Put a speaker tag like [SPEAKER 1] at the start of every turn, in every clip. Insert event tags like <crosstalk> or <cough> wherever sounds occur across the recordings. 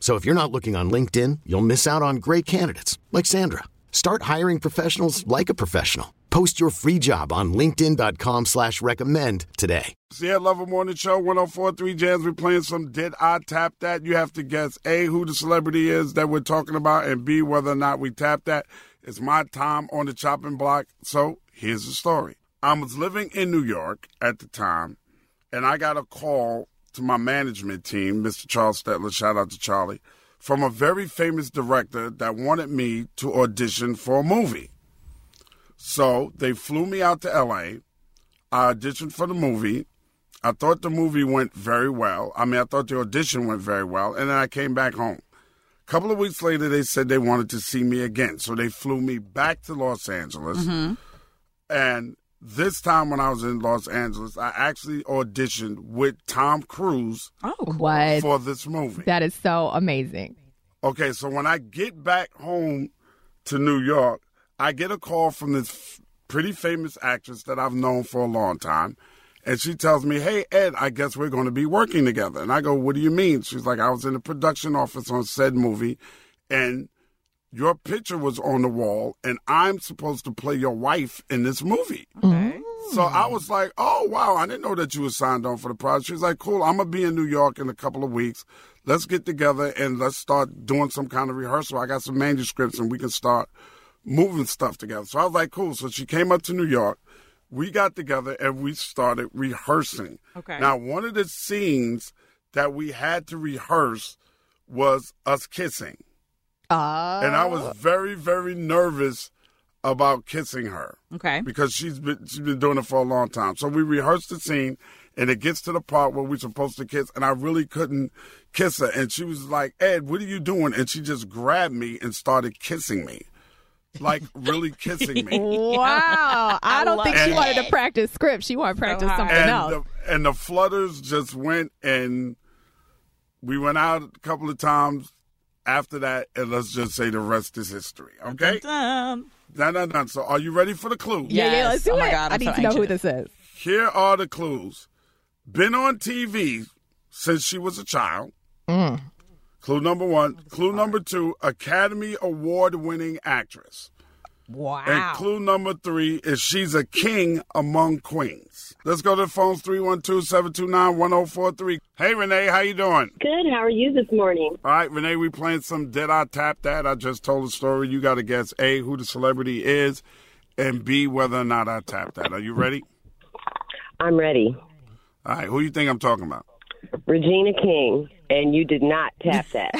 [SPEAKER 1] So if you're not looking on LinkedIn, you'll miss out on great candidates like Sandra. Start hiring professionals like a professional. Post your free job on LinkedIn.com slash recommend today.
[SPEAKER 2] See, I love a morning show, 1043 Jams. We're playing some Did I Tap That? You have to guess A, who the celebrity is that we're talking about, and B, whether or not we tap that. It's my time on the chopping block. So here's the story. I was living in New York at the time, and I got a call to my management team, Mr. Charles Stetler, shout out to Charlie, from a very famous director that wanted me to audition for a movie. So they flew me out to LA. I auditioned for the movie. I thought the movie went very well. I mean, I thought the audition went very well. And then I came back home. A couple of weeks later, they said they wanted to see me again. So they flew me back to Los Angeles. And this time when I was in Los Angeles, I actually auditioned with Tom Cruise
[SPEAKER 3] What?
[SPEAKER 2] for this movie.
[SPEAKER 3] That is so amazing.
[SPEAKER 2] Okay, so when I get back home to New York, I get a call from this f- pretty famous actress that I've known for a long time. And she tells me, Hey, Ed, I guess we're going to be working together. And I go, What do you mean? She's like, I was in the production office on said movie, and your picture was on the wall, and I'm supposed to play your wife in this movie.
[SPEAKER 3] Mm-hmm.
[SPEAKER 2] So I was like, oh, wow, I didn't know that you were signed on for the project. She was like, cool, I'm going to be in New York in a couple of weeks. Let's get together and let's start doing some kind of rehearsal. I got some manuscripts and we can start moving stuff together. So I was like, cool. So she came up to New York. We got together and we started rehearsing.
[SPEAKER 4] Okay.
[SPEAKER 2] Now, one of the scenes that we had to rehearse was us kissing.
[SPEAKER 3] Uh,
[SPEAKER 2] And I was very, very nervous about kissing her
[SPEAKER 4] Okay.
[SPEAKER 2] because she's been she's been doing it for a long time. So we rehearsed the scene, and it gets to the part where we're supposed to kiss, and I really couldn't kiss her, and she was like, "Ed, what are you doing?" And she just grabbed me and started kissing me, like really kissing me.
[SPEAKER 3] Oh,
[SPEAKER 2] <laughs>
[SPEAKER 3] Wow. I, don't think she
[SPEAKER 2] it.
[SPEAKER 3] wanted to practice script. She wanted to practice <laughs>
[SPEAKER 4] hard.
[SPEAKER 3] something
[SPEAKER 2] and
[SPEAKER 3] else.
[SPEAKER 2] The, and the flutters just went and we went out a couple of times after that, and let's just say the rest is history. Okay,
[SPEAKER 4] Um,
[SPEAKER 2] no, no, no. So, are you ready for the clue?
[SPEAKER 3] yeah, yeah, let's
[SPEAKER 4] Yes.
[SPEAKER 3] do
[SPEAKER 4] Oh
[SPEAKER 3] it.
[SPEAKER 4] my God,
[SPEAKER 3] I
[SPEAKER 4] I'm
[SPEAKER 3] need
[SPEAKER 4] so
[SPEAKER 3] to know who
[SPEAKER 4] anxious.
[SPEAKER 3] this is.
[SPEAKER 2] Here are the clues. Been on TV since she was a child. Clue number one. Clue number two, Academy Award winning actress. And
[SPEAKER 4] wow.
[SPEAKER 2] clue number three is she's a king among queens. Let's go to the phones 312-729-1043. Hey Renee, how you doing?
[SPEAKER 5] Good. How are you this morning?
[SPEAKER 2] All right, Renee, we playing some Did I Tap That? I just told a story. You gotta guess A, who the celebrity is, and B, whether or not I tap that. Are you ready?
[SPEAKER 5] I'm ready.
[SPEAKER 2] All right, who you think I'm talking about?
[SPEAKER 5] Regina King, and you did not <laughs> tap that.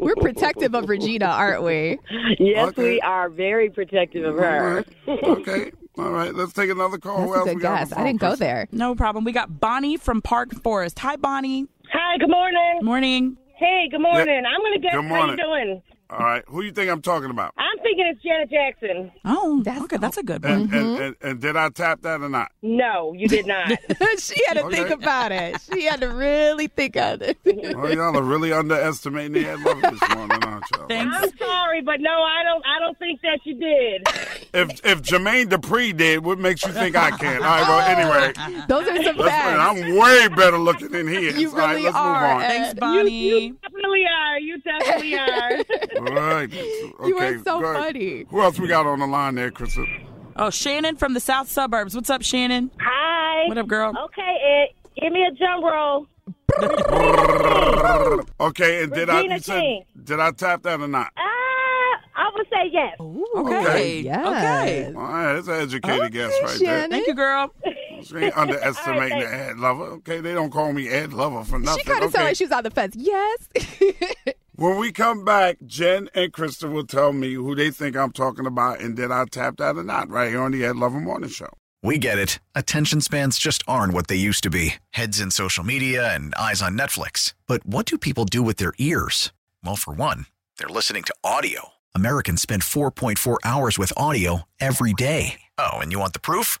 [SPEAKER 3] We're protective of Regina,
[SPEAKER 2] <laughs>
[SPEAKER 3] aren't we?
[SPEAKER 5] yes,
[SPEAKER 2] Okay.
[SPEAKER 5] we are very protective of her.
[SPEAKER 2] okay. All right. Let's take another call. Who
[SPEAKER 3] That's a
[SPEAKER 2] else
[SPEAKER 3] good
[SPEAKER 2] we got on
[SPEAKER 3] guess.
[SPEAKER 2] the
[SPEAKER 3] I didn't
[SPEAKER 2] phone,
[SPEAKER 3] go there.
[SPEAKER 4] No problem. We got Bonnie from Park Forest. Hi, Bonnie.
[SPEAKER 5] Hi. Good morning.
[SPEAKER 4] Morning.
[SPEAKER 5] Hey. Good morning. I'm gonna guess
[SPEAKER 2] Good
[SPEAKER 5] how
[SPEAKER 2] morning.
[SPEAKER 5] you doing.
[SPEAKER 2] Chris? All right. Who you think I'm talking about?
[SPEAKER 5] I'm thinking it's Janet Jackson.
[SPEAKER 4] Oh, that's okay. That's a good one.
[SPEAKER 2] And,
[SPEAKER 3] Mm-hmm.
[SPEAKER 2] and, and, and did I tap that or not?
[SPEAKER 5] No, you
[SPEAKER 2] <laughs>
[SPEAKER 5] did not.
[SPEAKER 3] <laughs> she had to think
[SPEAKER 2] Okay.
[SPEAKER 3] about it. She had to really think of
[SPEAKER 4] <laughs>
[SPEAKER 3] it.
[SPEAKER 2] Oh, y'all are really underestimating the head level this morning, aren't y'all?
[SPEAKER 4] Thanks.
[SPEAKER 5] I'm sorry, but no, I don't. I don't think that you did.
[SPEAKER 2] If if Jermaine Dupri did, what makes you think I can? All right. Well, anyway,
[SPEAKER 3] Those are
[SPEAKER 2] let's
[SPEAKER 3] some
[SPEAKER 2] play.
[SPEAKER 3] facts.
[SPEAKER 2] I'm way better looking than he is.
[SPEAKER 3] You
[SPEAKER 2] All right.
[SPEAKER 3] really
[SPEAKER 2] Let's
[SPEAKER 3] are,
[SPEAKER 2] move on.
[SPEAKER 3] Ed.
[SPEAKER 4] Thanks, Bonnie.
[SPEAKER 5] Definitely are.
[SPEAKER 2] <laughs>
[SPEAKER 5] You definitely are.
[SPEAKER 2] All right. Okay.
[SPEAKER 3] <laughs> You are so
[SPEAKER 2] good.
[SPEAKER 3] funny.
[SPEAKER 2] Who else we got on the line there, Chris?
[SPEAKER 4] Oh, Shannon from the South Suburbs. What's up, Shannon?
[SPEAKER 5] Hi.
[SPEAKER 4] What up, girl?
[SPEAKER 5] Okay, Ed. Give me a drum roll.
[SPEAKER 2] Okay. And did I
[SPEAKER 5] Regina
[SPEAKER 2] you said,
[SPEAKER 5] King.
[SPEAKER 2] did I tap that or not?
[SPEAKER 5] Ah,
[SPEAKER 6] I would say yes.
[SPEAKER 3] Ooh,
[SPEAKER 4] Okay.
[SPEAKER 3] Yes.
[SPEAKER 4] Okay.
[SPEAKER 2] All right, that's an educated guess right there.
[SPEAKER 3] Shannon.
[SPEAKER 4] Thank you, girl.
[SPEAKER 2] She ain't underestimating the ad lover. Okay, they don't call me ad lover for nothing.
[SPEAKER 3] She kind of
[SPEAKER 2] okay.
[SPEAKER 3] sounded like she was on the fence. Yes. <laughs>
[SPEAKER 2] When we come back, Jen and Krista will tell me who they think I'm talking about and did I tap that or not right here on the Ed Lover Morning Show.
[SPEAKER 7] We get it. Attention spans just aren't what they used to be heads in social media and eyes on Netflix. But what do people do with their ears? Well, for one, they're listening to audio. Americans spend 4.4 hours with audio every day. Oh, and you want the proof?